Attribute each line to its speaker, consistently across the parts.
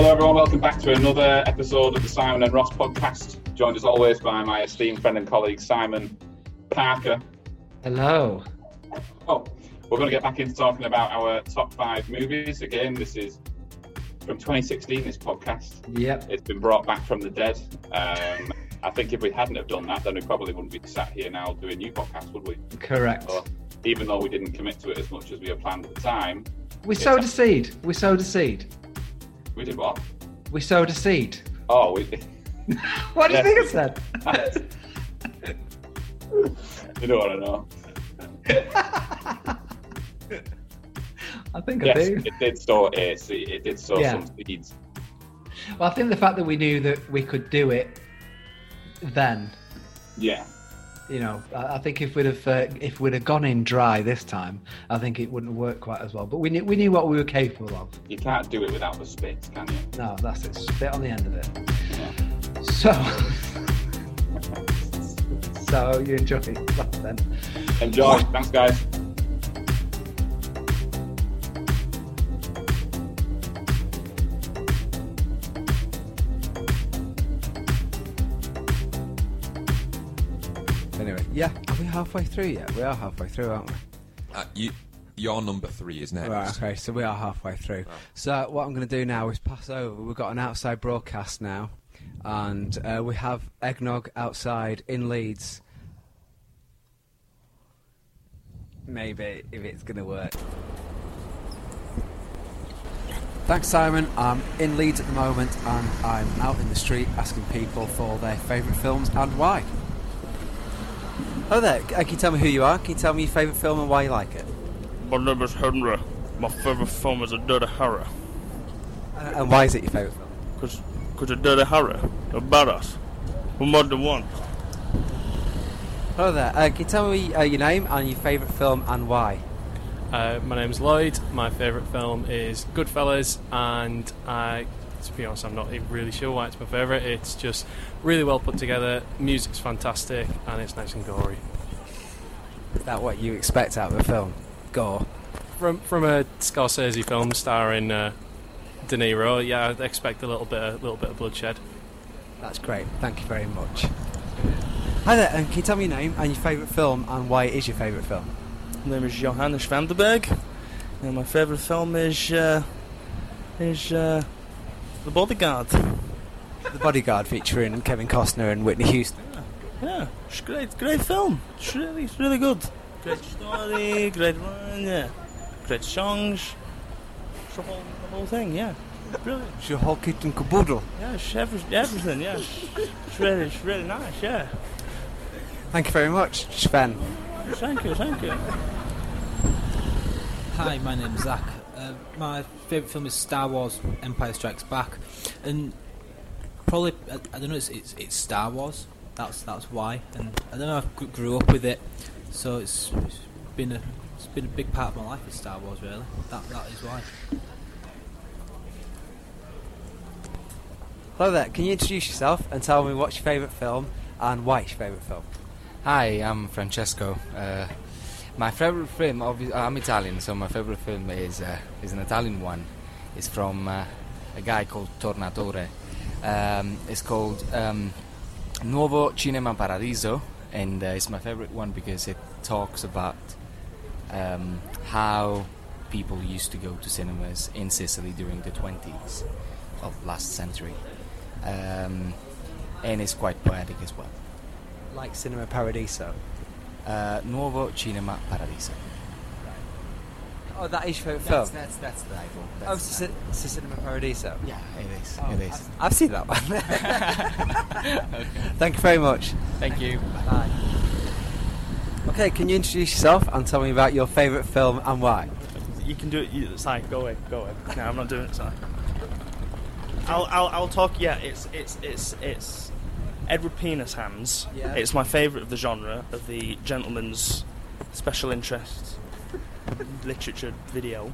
Speaker 1: everyone. Welcome back to another episode of the Simon and Ross podcast. Joined as always by my esteemed friend and colleague Simon Parker.
Speaker 2: Hello.
Speaker 1: Oh, we're going to get back into talking about our top five movies. Again, this is from 2016. This podcast.
Speaker 2: Yep.
Speaker 1: It's been brought back from the dead. Um, I think if we hadn't have done that, then we probably wouldn't be sat here now doing new podcasts, would we?
Speaker 2: Correct.
Speaker 1: So, even though we didn't commit to it as much as we had planned at the time,
Speaker 2: We sowed a seed. We sowed a seed.
Speaker 1: we did what?
Speaker 2: We sowed a seed.
Speaker 1: Oh, we.
Speaker 2: What do you
Speaker 1: Yes.
Speaker 2: think I said?
Speaker 1: you know what I know.
Speaker 2: I think I
Speaker 1: Yes,
Speaker 2: do.
Speaker 1: it did sow a seed. It did sow
Speaker 2: Yeah.
Speaker 1: some seeds.
Speaker 2: Well, I think the fact that we knew that we could do it then,
Speaker 1: Yeah.
Speaker 2: you know, I I think if we'd have uh, if we'd have gone in dry this time, I think it wouldn't work quite as well. But we knew we knew what we were capable of.
Speaker 1: You can't do it without the spits, can you?
Speaker 2: No, that's it. Spit on the end of it.
Speaker 1: Yeah.
Speaker 2: So, so you enjoy yourself then.
Speaker 1: Enjoy. Thanks, guys.
Speaker 3: Anyway, yeah, are we halfway through yet? We are halfway through, aren't we?
Speaker 4: Uh, you, your number three is next.
Speaker 3: Right, okay, so we are halfway through. So what I'm going to do now is pass over. We've got an outside broadcast now, and uh, we have eggnog outside in Leeds. Maybe if it's going to work. Thanks, Simon. I'm in Leeds at the moment, and I'm out in the street asking people for their favourite films and why. Hello there. c- uh, Can you tell me who you are? Can you tell me your favourite film and why you like it?
Speaker 5: My name is Henry. My favourite film is A Dirty Harry.
Speaker 3: And Uh, and why is it your favourite film?
Speaker 5: Because A Dirty Harry, a badass. We're more than one.
Speaker 3: Hello there. Uh, can you tell me uh, your name and your favourite film and why?
Speaker 6: Uh, my name's Lloyd. My favourite film is Goodfellas, and I, to be honest, I'm not even really sure why it's my favourite. It's just really well put together. Music's fantastic, and it's nice and gory.
Speaker 3: Is that what you expect out of a film? Gore.
Speaker 6: From from a Scorsese film starring uh, De Niro, yeah, I'd expect a little bit, a little bit of bloodshed.
Speaker 3: That's great. Thank you very much. Hi there. Um, can you tell me your name and your favourite film and why it is your favourite film?
Speaker 5: My name is Johannes van den Berg. And my favourite film is. Uh, is. Uh, the Bodyguard.
Speaker 3: The Bodyguard featuring Kevin Costner and Whitney Houston.
Speaker 5: Yeah, it's a great, great film. It's really, it's really good. Great story, great run, yeah. Great songs. It's the whole, the whole thing, yeah. Brilliant.
Speaker 3: It's your whole kit and caboodle.
Speaker 5: Yeah, it's every, everything, yeah. It's really, it's really nice, yeah.
Speaker 3: Thank you very much, Sven.
Speaker 5: Thank you, thank you.
Speaker 7: Hi, my name's Zach. Uh, my favourite film is Star Wars: Empire Strikes Back, and probably I, I don't know. It's, it's it's Star Wars. That's that's why, and I don't know. I gr- grew up with it, so it's, it's been a it's been a big part of my life. Is Star Wars really? That that is why.
Speaker 3: Hello there. Can you introduce yourself and tell me what's your favourite film and why it's your favourite film?
Speaker 8: Hi, I'm Francesco. Uh, my favorite film, obvi- I'm Italian, so my favorite film is uh, is an Italian one. It's from uh, a guy called Tornatore. Um, it's called um, Nuovo Cinema Paradiso, and uh, it's my favorite one because it talks about um, how people used to go to cinemas in Sicily during the 20s of last century, um, and it's quite poetic as well.
Speaker 3: Like Cinema Paradiso.
Speaker 8: Uh, Nuovo Cinema Paradiso.
Speaker 3: Oh, that is your favourite
Speaker 8: That's,
Speaker 3: film?
Speaker 8: that's, that's the title.
Speaker 3: Oh,
Speaker 8: That's
Speaker 3: it's,
Speaker 8: the
Speaker 3: a, it's a Cinema Paradiso.
Speaker 8: title. Yeah, it is.
Speaker 3: Oh,
Speaker 8: it
Speaker 3: I-
Speaker 8: is.
Speaker 3: I've seen that one. Thank you very much.
Speaker 8: Thank you.
Speaker 3: Bye. Okay, can you introduce yourself and tell me about your favourite film and why?
Speaker 5: You can do it. You, it's like, go away, go away. No, I'm not doing it. Sorry. I'll, I'll, I'll talk. Yeah, it's, it's, it's, it's Edward Penis Hands.
Speaker 3: Yeah.
Speaker 5: It's my favourite of the genre of the gentleman's special interest literature video.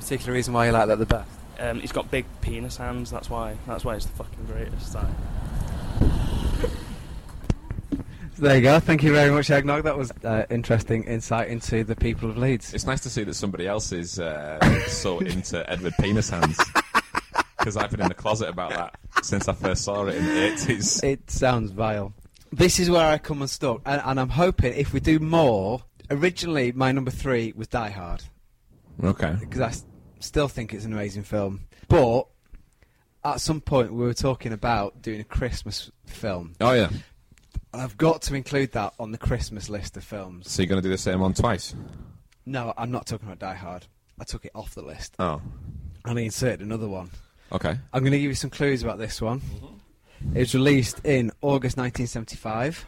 Speaker 3: Particular reason why you like that the best?
Speaker 5: Um, he's got big penis hands. That's why. That's why it's the fucking greatest. Like.
Speaker 3: There you go. Thank you very much, Eggnog. That was uh, interesting insight into the people of Leeds.
Speaker 4: It's nice to see that somebody else is uh, so into Edward Penis Hands. because I've been in the closet about that since I first saw it in the eighties.
Speaker 3: It sounds vile. This is where I come unstuck, and, and I'm hoping if we do more. Originally, my number three was Die Hard
Speaker 4: Okay.
Speaker 3: because I s- still think it's an amazing film. But at some point, we were talking about doing a Christmas film,
Speaker 4: Oh yeah.
Speaker 3: and I've got to include that on the Christmas list of films.
Speaker 4: So you're going to do the same one twice?
Speaker 3: No, I'm not talking about Die Hard. I took it off the list,
Speaker 4: Oh.
Speaker 3: and I inserted another one.
Speaker 4: Okay.
Speaker 3: I'm going to give you some clues about this one. It was released in August 1975.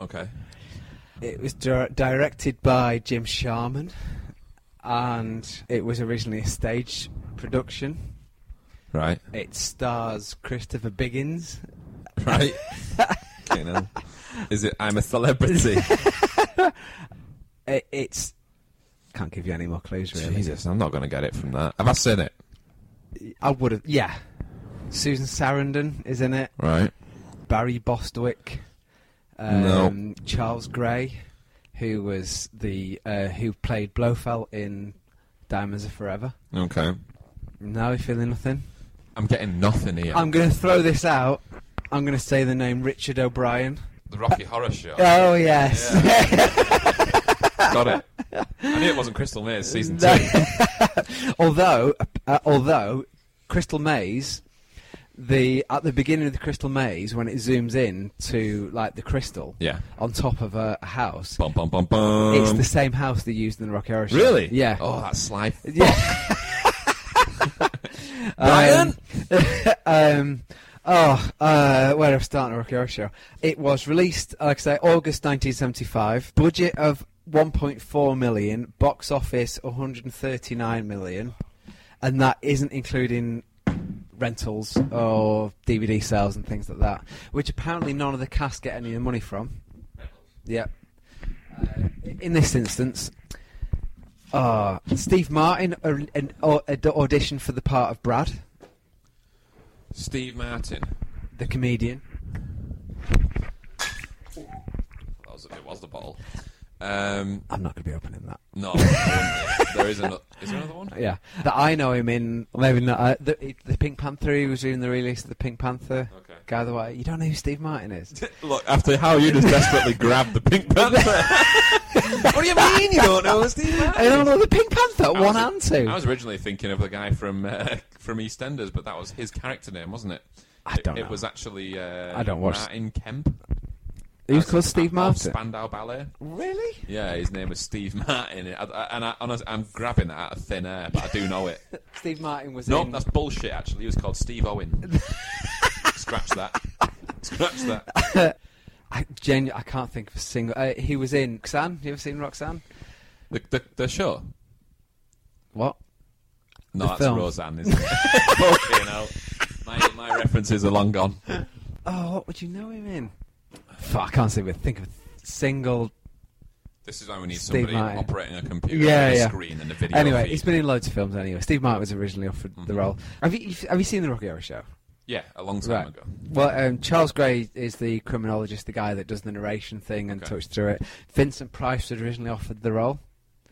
Speaker 4: Okay.
Speaker 3: It was dir- directed by Jim Sharman, and it was originally a stage production.
Speaker 4: Right.
Speaker 3: It stars Christopher Biggins.
Speaker 4: Right. you know. Is it I'm a celebrity?
Speaker 3: It, it's can't give you any more clues really.
Speaker 4: Jesus, I'm not going to get it from that. Have I seen it?
Speaker 3: I would have. Yeah, Susan Sarandon is in it.
Speaker 4: Right.
Speaker 3: Barry Bostwick.
Speaker 4: No.
Speaker 3: Um, Charles Gray, who was the uh, who played Blofeld in Diamonds Are Forever.
Speaker 4: Okay.
Speaker 3: Now you feeling nothing.
Speaker 4: I'm getting nothing here.
Speaker 3: I'm going to throw this out. I'm going to say the name Richard O'Brien.
Speaker 4: the Rocky Horror Show.
Speaker 3: Oh yes.
Speaker 4: Got it. I knew it wasn't Crystal Maze season
Speaker 3: No.
Speaker 4: two.
Speaker 3: although, uh, although, Crystal Maze, the at the beginning of the Crystal Maze, when it zooms in to like the crystal,
Speaker 4: Yeah.
Speaker 3: on top of a, a house,
Speaker 4: Bum bum bum bum.
Speaker 3: it's the same house they used in the Rocky Horror Show.
Speaker 4: Um. really?
Speaker 3: Yeah.
Speaker 4: Oh, that's sly.
Speaker 3: yeah.
Speaker 4: Brian?
Speaker 3: Um, um, oh, uh, where I've started a Rocky Horror Show. It was released, like I say, August 1975. Budget of 1.4 million, box office 139 million, and that isn't including rentals or DVD sales and things like that, which apparently none of the cast get any of the money from. Yep. Uh, in this instance, uh, Steve Martin or, an, or, ad- auditioned for the part of Brad,
Speaker 4: Steve Martin.
Speaker 3: the comedian.
Speaker 4: That was, it was the bottle. Um,
Speaker 3: I'm not going to be opening that.
Speaker 4: no. I wouldn't. there is another. Is there another one?
Speaker 3: Yeah, that I know him in. well, Maybe not. Uh, the, the Pink Panther. He was doing the release of the Pink Panther.
Speaker 4: Okay.
Speaker 3: Guy the way you don't know who Steve Martin is.
Speaker 4: Look, after how you just desperately grabbed the Pink Panther. what do you mean you don't know Steve
Speaker 3: I don't know the Pink Panther. One and two.
Speaker 4: I was originally thinking of the guy from uh, from EastEnders, but that was his character name, wasn't it?
Speaker 3: I don't
Speaker 4: It, it
Speaker 3: know.
Speaker 4: was actually uh,
Speaker 3: I don't watch-
Speaker 4: Martin Kemp.
Speaker 3: he was
Speaker 4: As-
Speaker 3: called Steve
Speaker 4: of
Speaker 3: Martin.
Speaker 4: Spandau Ballet.
Speaker 3: Really?
Speaker 4: Yeah, his name was Steve Martin, I, I, and I, honestly, I'm grabbing that out of thin air, but I do know it.
Speaker 3: Steve Martin was
Speaker 4: no,
Speaker 3: in.
Speaker 4: that's bullshit. Actually, he was called Steve Owen. Scratch that. Scratch that.
Speaker 3: I genu- I can't think of a single. Uh, he was in Roxanne. You ever seen Roxanne?
Speaker 4: The, the, the show.
Speaker 3: What?
Speaker 4: No,
Speaker 3: The
Speaker 4: that's
Speaker 3: film.
Speaker 4: Roseanne, isn't it? Fucking hell. My, my references are long gone.
Speaker 3: Oh, what would you know him in? Fuck, I can't see. Think of a single
Speaker 4: This is why we need
Speaker 3: Steve
Speaker 4: somebody
Speaker 3: Martin.
Speaker 4: operating a computer
Speaker 3: Yeah,
Speaker 4: and a
Speaker 3: yeah.
Speaker 4: screen and a video.
Speaker 3: Anyway,
Speaker 4: feed.
Speaker 3: he's been in loads of films. Anyway, Steve Martin was originally offered
Speaker 4: Mm-hmm.
Speaker 3: the role. Have you have you seen the Rocky Horror Show?
Speaker 4: Yeah, a long time ago.
Speaker 3: Well, um, Charles Gray is the criminologist, the guy that does the narration thing and
Speaker 4: Okay.
Speaker 3: talks through it. Vincent Price was originally offered the role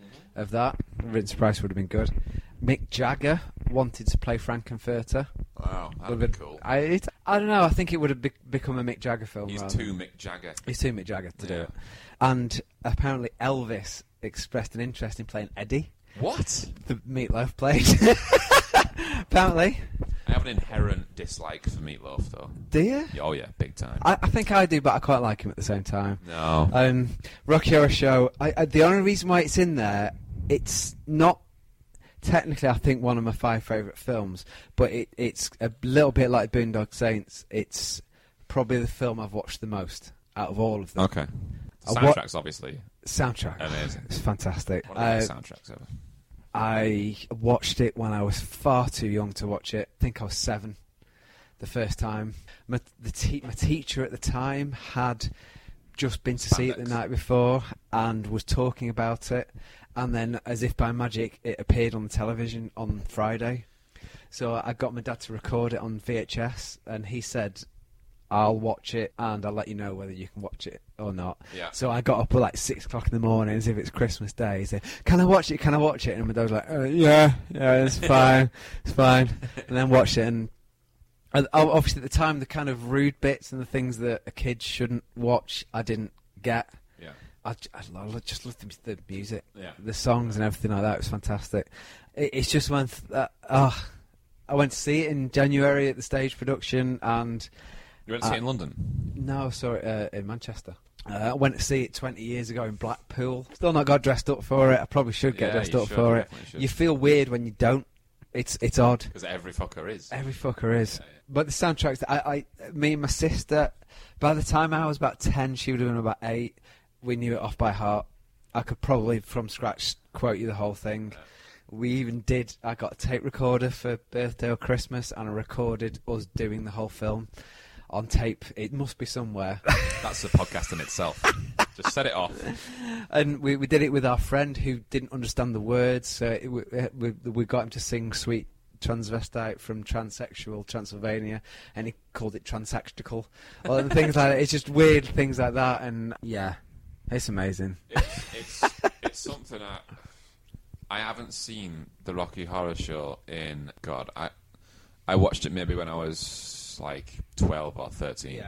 Speaker 4: Mm-hmm.
Speaker 3: of that. Vincent Price would have been good. Mick Jagger wanted to play Frankenfurter.
Speaker 4: Wow,
Speaker 3: Would have
Speaker 4: that'd be
Speaker 3: been-
Speaker 4: cool.
Speaker 3: I, it, I don't know. I think it would have be- become a Mick Jagger film.
Speaker 4: He's
Speaker 3: rather
Speaker 4: too Mick Jagger.
Speaker 3: He's too Mick Jagger to do
Speaker 4: Yeah.
Speaker 3: it. And apparently Elvis expressed an interest in playing Eddie,
Speaker 4: What?
Speaker 3: the Meatloaf played. apparently.
Speaker 4: I have an inherent dislike for Meatloaf, though.
Speaker 3: Do you?
Speaker 4: Yeah, Oh yeah, big time.
Speaker 3: I, I think I do, but I quite like him at the same time.
Speaker 4: no.
Speaker 3: Um, Rocky Horror Show. I, I, the only reason why it's in there, it's not technically, I think, one of my five favourite films, but it, it's a little bit like Boondock Saints. It's probably the film I've watched the most out of all of them.
Speaker 4: okay.
Speaker 3: Uh, what-
Speaker 4: Soundtracks, obviously.
Speaker 3: Soundtrack.
Speaker 4: Amazing.
Speaker 3: It's fantastic.
Speaker 4: One of the best
Speaker 3: Uh,
Speaker 4: soundtracks ever.
Speaker 3: I watched it when I was far too young to watch it. I think I was seven the first time. My, the te- my teacher at the time had just been to see it the
Speaker 4: Spandex.
Speaker 3: night before and was talking about it. And then, as if by magic, it appeared on the television on Friday. So I got my dad to record it on VHS, and he said, I'll watch it and I'll let you know whether you can watch it or not.
Speaker 4: Yeah.
Speaker 3: So I got up at like six o'clock in the morning as if it's Christmas Day. He said, Can I watch it? Can I watch it? And my dad was like, uh, Yeah, yeah, it's fine, it's fine. And then watched it and And o- obviously, at the time, the kind of rude bits and the things that a kid shouldn't watch, I didn't get.
Speaker 4: Yeah.
Speaker 3: I, j- I lo- lo- just loved the, the music,
Speaker 4: Yeah.
Speaker 3: the songs, and everything like that. It was fantastic. It, it's just when th- that, oh, I went to see it in January at the stage production, and
Speaker 4: You went to see it
Speaker 3: uh,
Speaker 4: in London?
Speaker 3: no, I saw it uh, in Manchester. Uh, I went to see it 20 years ago in Blackpool. Still not got dressed up for it. I probably should get
Speaker 4: Yeah,
Speaker 3: dressed
Speaker 4: you
Speaker 3: up
Speaker 4: should,
Speaker 3: for it.
Speaker 4: definitely should.
Speaker 3: You feel weird when you don't. It's it's odd.
Speaker 4: Because every fucker is.
Speaker 3: Every fucker is. But the soundtracks, that I, I, me and my sister, by the time I was about 10, she would have been about 8. We knew it off by heart. I could probably, from scratch, quote you the whole thing. We even did, I got a tape recorder for birthday or Christmas, and I recorded us doing the whole film on tape. It must be somewhere.
Speaker 4: That's the podcast in itself. Just set it off.
Speaker 3: and we, we did it with our friend who didn't understand the words, so it, we, uh, we, we got him to sing "Sweet Transvestite" from Transsexual Transylvania, and he called it transactical, and things like that. It's just weird things like that, and yeah, it's amazing.
Speaker 4: It's, it's, it's something I, I haven't seen the Rocky Horror Show in, God, I, I watched it maybe when I was like 12 or 13.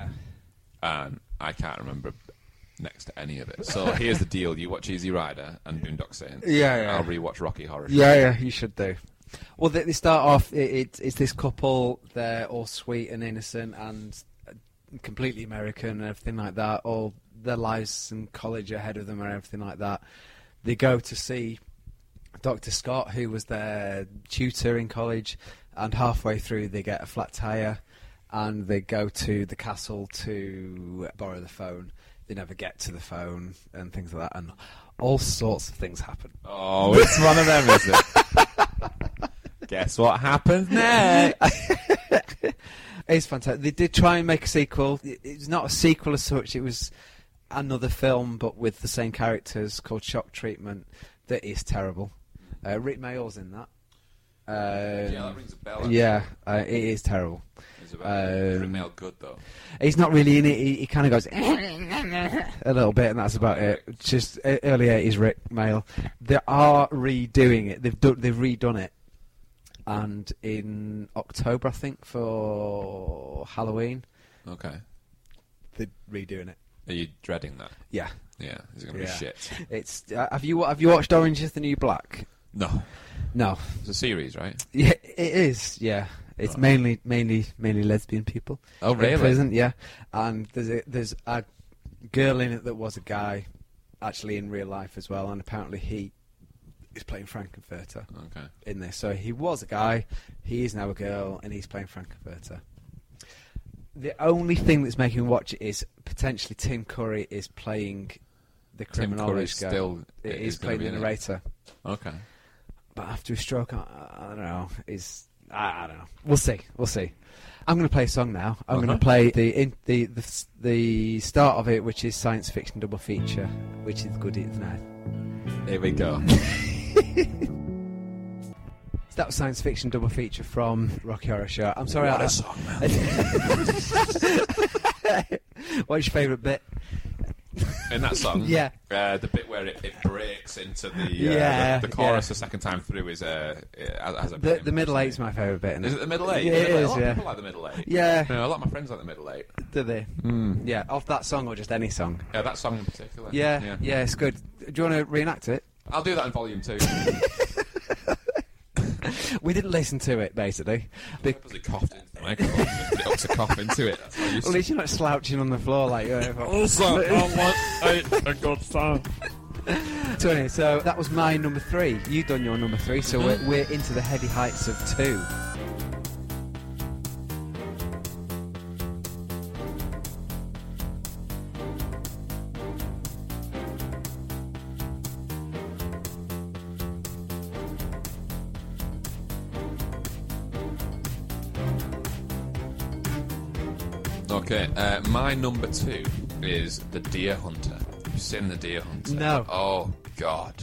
Speaker 4: and I can't remember next to any of it. So here's the deal: you watch Easy Rider and Boondock Saints.
Speaker 3: Yeah, yeah.
Speaker 4: I'll rewatch Rocky Horror. Show.
Speaker 3: Yeah, yeah, you should do. Well, they, they start off. It, it, it's this couple. They're all sweet and innocent and uh, completely American and everything like that. All their lives in college ahead of them and everything like that. They go to see Dr. Scott, who was their tutor in college, and halfway through they get a flat tire, and they go to the castle to borrow the phone. They never get to the phone and things like that, and all sorts of things happen.
Speaker 4: Oh, it's one of them, is it? Guess what happens next?
Speaker 3: It's fantastic. They did try and make a sequel. It- It's not a sequel as such. It was another film, but with the same characters called Shock Treatment. That is terrible. Uh, Rick Mayall's in that. Um,
Speaker 4: yeah, that rings a bell. actually.
Speaker 3: yeah, uh, it is terrible.
Speaker 4: it's about it's
Speaker 3: um,
Speaker 4: real good though.
Speaker 3: He's not really in it. He, he kind of goes a little bit, and that's about it. It's Just uh, early eighties Rick Mail. They are redoing it. They've done. They've redone it, and in October, I think, for Halloween,
Speaker 4: Okay,
Speaker 3: they're redoing it.
Speaker 4: are you dreading that?
Speaker 3: Yeah,
Speaker 4: Yeah, is it gonna
Speaker 3: Yeah.
Speaker 4: be shit?
Speaker 3: it's. Uh, have you have you watched Orange Is the New Black?
Speaker 4: No,
Speaker 3: No.
Speaker 4: it's a series, right?
Speaker 3: Yeah, it is. Yeah, it's
Speaker 4: Right.
Speaker 3: mainly mainly mainly lesbian people.
Speaker 4: Oh,
Speaker 3: in
Speaker 4: really?
Speaker 3: prison, yeah. And there's a, there's a girl in it that was a guy, actually in real life as well, and apparently he is playing Frankenfurter
Speaker 4: Okay,
Speaker 3: in this. So he was a guy, he is now a girl, and he's playing Frankenfurter. The only thing that's making me watch it is potentially Tim Curry is playing the
Speaker 4: Tim
Speaker 3: criminal.
Speaker 4: Curry's
Speaker 3: this guy.
Speaker 4: still
Speaker 3: He
Speaker 4: is
Speaker 3: is
Speaker 4: gonna
Speaker 3: playing the
Speaker 4: be in it.
Speaker 3: narrator
Speaker 4: Okay,
Speaker 3: but after a stroke, I, I don't know. Is I, I don't know. We'll see. We'll see. I'm going to play a song now. I'm going
Speaker 4: Okay.
Speaker 3: to play the, in, the the s- the start of it, which is science fiction double feature, which is good at night.
Speaker 4: here we go.
Speaker 3: So that was science fiction double feature from Rocky Horror Show. I'm sorry. I,
Speaker 4: song, man.
Speaker 3: what's your favourite bit?
Speaker 4: in that song.
Speaker 3: Yeah.
Speaker 4: Uh, the bit where it, it breaks into the uh,
Speaker 3: Yeah,
Speaker 4: the, the chorus
Speaker 3: yeah.
Speaker 4: the second time through is uh, it has, has a
Speaker 3: The,
Speaker 4: bit
Speaker 3: the
Speaker 4: in
Speaker 3: middle
Speaker 4: there,
Speaker 3: eight's
Speaker 4: doesn't
Speaker 3: my favourite bit.
Speaker 4: it? Is it the middle eight?
Speaker 3: Yeah,
Speaker 4: The
Speaker 3: it
Speaker 4: middle eight.
Speaker 3: is,
Speaker 4: A lot
Speaker 3: yeah.
Speaker 4: of people like the middle eight.
Speaker 3: Yeah.
Speaker 4: No, a lot of my friends like the middle eight.
Speaker 3: Do they?
Speaker 4: Hmm.
Speaker 3: Yeah, of that song or just any song?
Speaker 4: Yeah, that song in particular.
Speaker 3: Yeah, yeah, it's good. Do you want to reenact it?
Speaker 4: I'll do that in volume two.
Speaker 3: We didn't listen to it basically. Be-
Speaker 4: Purposely coughed into the microphone. It ups a cough into it. That's how you
Speaker 3: At
Speaker 4: s-
Speaker 3: least you're not slouching on the floor like you are.
Speaker 6: Also, I want a, a good song.
Speaker 3: so, anyway, so that was my number three. You've done your number three, so
Speaker 4: Mm-hmm.
Speaker 3: we're, we're into the heady heights of two.
Speaker 4: Okay, uh, my number two is The Deer Hunter. You've seen The Deer Hunter?
Speaker 3: No.
Speaker 4: Oh, God.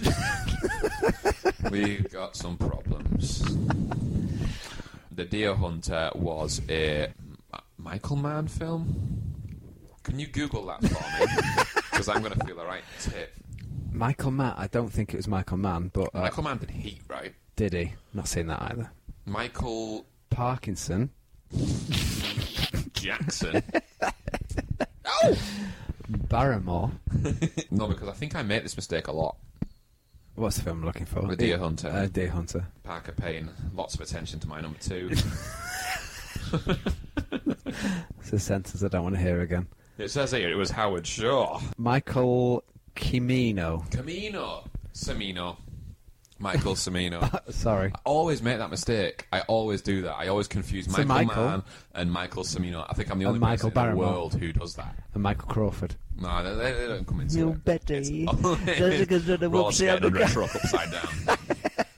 Speaker 4: We've got some problems. The Deer Hunter was a M- Michael Mann film? Can you Google that for me? Because I'm going to feel a right tip.
Speaker 3: Michael Mann, I don't think it was Michael Mann, but uh,
Speaker 4: Michael Mann did Heat, right?
Speaker 3: did he? Not seen that either.
Speaker 4: Michael
Speaker 3: Parkinson.
Speaker 4: Jackson.
Speaker 2: Barrymore.
Speaker 4: no, because I think I make this mistake a lot.
Speaker 3: What's the film I'm looking for?
Speaker 4: The Deer Hunter.
Speaker 3: Uh, Deer Hunter.
Speaker 4: Parker Payne, lots of attention to my number two.
Speaker 3: It's a sentence I don't want to hear again.
Speaker 4: it says here it was Howard Shaw.
Speaker 3: Michael Kimino.
Speaker 4: Camino. Semino. Michael Semino.
Speaker 3: Sorry.
Speaker 4: I always make that mistake. I always do that. I always confuse
Speaker 3: So
Speaker 4: Michael,
Speaker 3: Michael-
Speaker 4: Mann and Michael Semino. I think I'm the
Speaker 3: And
Speaker 4: only
Speaker 3: Michael
Speaker 4: person in the
Speaker 3: Barrymore.
Speaker 4: world who does that.
Speaker 3: And Michael Crawford.
Speaker 4: No, they, they- they don't come into
Speaker 9: You
Speaker 4: it.
Speaker 9: better.
Speaker 4: It's
Speaker 9: you.
Speaker 4: all-
Speaker 9: That's because of the
Speaker 4: We're all
Speaker 9: whoopsie
Speaker 4: scared
Speaker 9: on the
Speaker 4: under a truck upside down.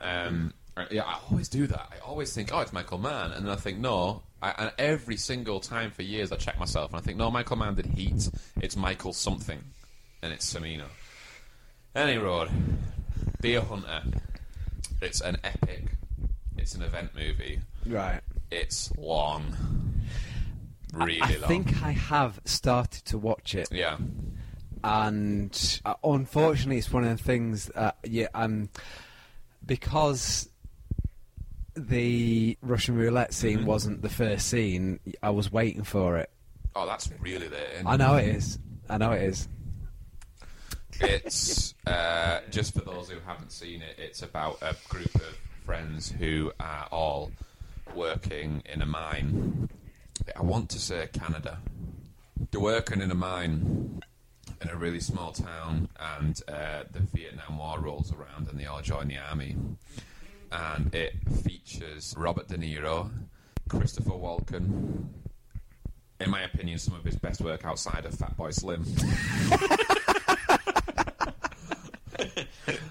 Speaker 4: um, uh, yeah, I always do that. I always think, oh, it's Michael Mann, and then I think, no. I, and every single time for years, I check myself, and I think, no, Michael Mann did Heat. It's Michael something, and it's Semino. Any road, Deer Hunter. It's an epic. It's an event movie.
Speaker 3: Right.
Speaker 4: It's long, really
Speaker 3: I
Speaker 4: long.
Speaker 3: think I have started to watch it,
Speaker 4: yeah,
Speaker 3: and uh, unfortunately, it's one of the things. That, yeah, um, because the Russian roulette scene
Speaker 4: Mm-hmm.
Speaker 3: wasn't the first scene. I was waiting for it.
Speaker 4: Oh, that's really there.
Speaker 3: I know
Speaker 4: Mm-hmm.
Speaker 3: it is. I know it is.
Speaker 4: It's uh, just for those who haven't seen it. It's about a group of friends who are all working in a mine. I want to say Canada. They're working in a mine in a really small town, and uh, the Vietnam War rolls around, and they all join the army. And it features Robert De Niro, Christopher Walken. In my opinion, some of his best work outside of Fat Boy Slim.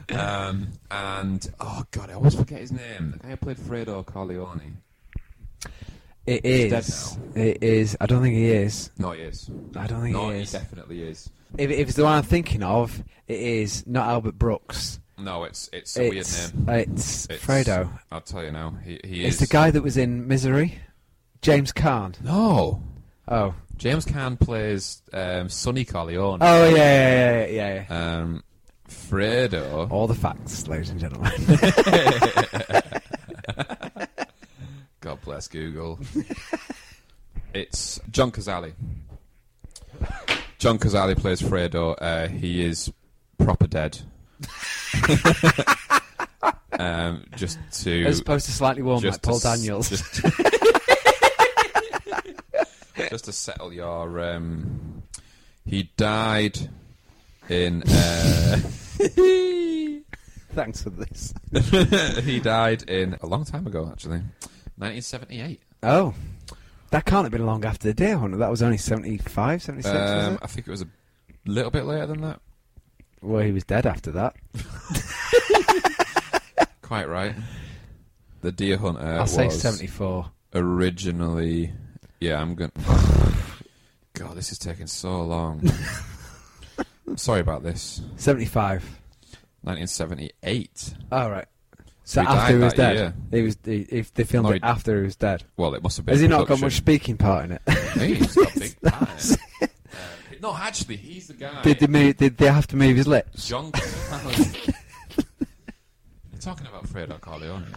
Speaker 4: Um, and oh god, I always forget his name. The guy who played Fredo Corleone.
Speaker 3: It
Speaker 4: He's
Speaker 3: is.
Speaker 4: dead
Speaker 3: It is. I don't think he is.
Speaker 4: No, he is.
Speaker 3: I don't think
Speaker 4: No,
Speaker 3: he
Speaker 4: he
Speaker 3: is.
Speaker 4: definitely is.
Speaker 3: If, if it's the one I'm thinking of, it is not Albert Brooks.
Speaker 4: No, it's it's a
Speaker 3: It's,
Speaker 4: weird name.
Speaker 3: it's
Speaker 4: It's-
Speaker 3: Fredo.
Speaker 4: I'll tell you now. He, he
Speaker 3: It's the
Speaker 4: is
Speaker 3: guy that was in Misery. James Caan.
Speaker 4: No,
Speaker 3: Oh.
Speaker 4: James Caan plays um, Sonny Corleone.
Speaker 3: Oh yeah, yeah, yeah, yeah. yeah.
Speaker 4: Um, Fredo.
Speaker 3: All the facts, ladies and gentlemen.
Speaker 4: God bless Google. it's John Cazale. John Cazale plays Fredo. Uh, he is proper dead. um, just to
Speaker 3: As opposed to slightly warm like
Speaker 4: to
Speaker 3: Paul
Speaker 4: s-
Speaker 3: Daniels.
Speaker 4: Just, just to settle your, um, he died in. Uh,
Speaker 3: Thanks for this.
Speaker 4: he died in a long time ago, actually, 1978.
Speaker 3: Oh, that can't have been long after the Deer Hunter. That was only 75, 76,
Speaker 4: Um,
Speaker 3: was it?
Speaker 4: I think it was a little bit later than that.
Speaker 3: Well, he was dead after that.
Speaker 4: Quite right. The Deer Hunter
Speaker 3: I'll say
Speaker 4: was
Speaker 3: 74.
Speaker 4: originally. Yeah, I'm going. God, this is taking so long. Sorry about this.
Speaker 3: 75.
Speaker 4: 1978.
Speaker 3: All right. So
Speaker 4: He died
Speaker 3: after he was
Speaker 4: that
Speaker 3: dead,
Speaker 4: year.
Speaker 3: he was. He, if they filmed
Speaker 4: No,
Speaker 3: it
Speaker 4: he-
Speaker 3: after he was dead,
Speaker 4: Well, it must have been.
Speaker 3: has he not got much
Speaker 4: production.
Speaker 3: speaking part in it?
Speaker 4: Hey, he's got big time. Uh, no, actually, he's the guy.
Speaker 3: did they move, Did they have to move his lips?
Speaker 4: John. Cazale- You're talking about Fredo Corleone.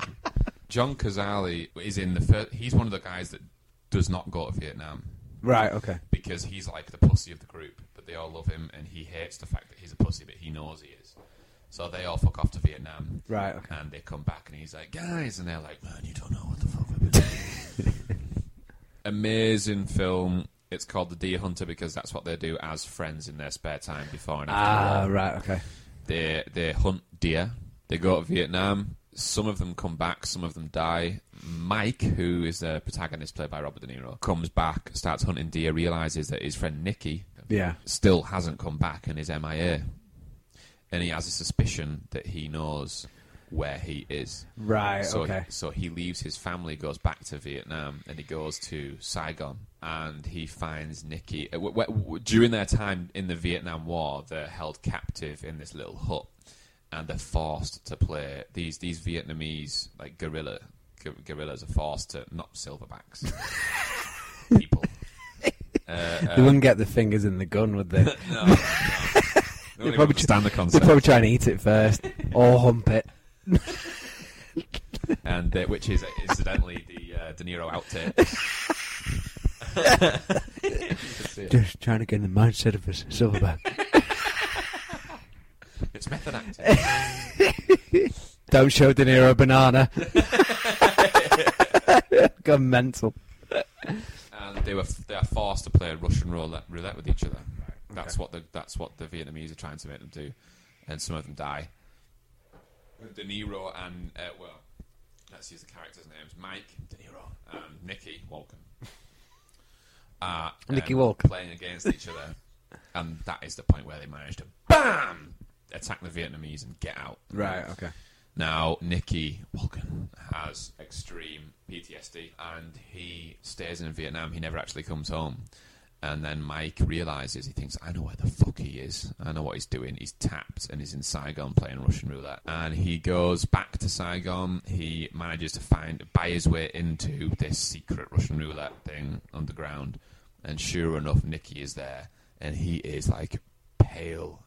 Speaker 4: John Cazale is in the first. He's one of the guys that does not go to Vietnam
Speaker 3: Right. Okay.
Speaker 4: because he's like the pussy of the group, but they all love him, and he hates the fact that he's a pussy, but he knows he is. So they all fuck off to Vietnam.
Speaker 3: Right, okay.
Speaker 4: And they come back, and he's like, guys, and they're like, man, you don't know what the fuck we've been doing." Amazing film. It's called The Deer Hunter because that's what they do as friends in their spare time before and after. the
Speaker 3: Ah.
Speaker 4: war.
Speaker 3: Right. Okay.
Speaker 4: They they hunt deer. They go to Vietnam. Some of them come back. Some of them die. Mike, who is the protagonist played by Robert De Niro, comes back, starts hunting deer, realizes that his friend Nicky
Speaker 3: Yeah.
Speaker 4: still hasn't come back and is MIA, and he has a suspicion that he knows where he is.
Speaker 3: Right.
Speaker 4: So,
Speaker 3: okay.
Speaker 4: so he leaves his family, goes back to Vietnam, and he goes to Saigon, and he finds Nikki. uh, w- w- During their time in the Vietnam War, they're held captive in this little hut, and they're forced to play these these Vietnamese like guerrilla gu- guerrillas are forced to not silverbacks people.
Speaker 3: they wouldn't get the fingers in the gun, would they?
Speaker 4: They
Speaker 3: probably
Speaker 4: understand the
Speaker 3: They'd
Speaker 4: concept.
Speaker 3: probably try and eat it first or hump it.
Speaker 4: and uh, which is uh, incidentally the uh, De Niro outtake.
Speaker 2: Just trying to get in the mindset of a silverback.
Speaker 4: It's method acting.
Speaker 2: Don't show De Niro a banana. Gone mental.
Speaker 4: and they were they are forced to play Russian roulette, roulette with each other. That's what the that's what the Vietnamese are trying to make them do, and some of them die. De Niro and uh, well, let's use the characters' names: Mike De Niro and Nicky Walken. Uh,
Speaker 2: Nicky Walken.
Speaker 4: playing against each other, and that is the point where they manage to bam attack the Vietnamese and get out.
Speaker 3: Right. Okay.
Speaker 4: Now, Nicky Walken has extreme PTSD and he stays in Vietnam. He never actually comes home. And then Mike realizes he thinks, I know where the fuck he is. I know what he's doing. He's tapped and he's in Saigon playing Russian roulette. And he goes back to Saigon. He manages to find, buy his way into this secret Russian roulette thing underground. And sure enough, Nicky is there. And he is like pale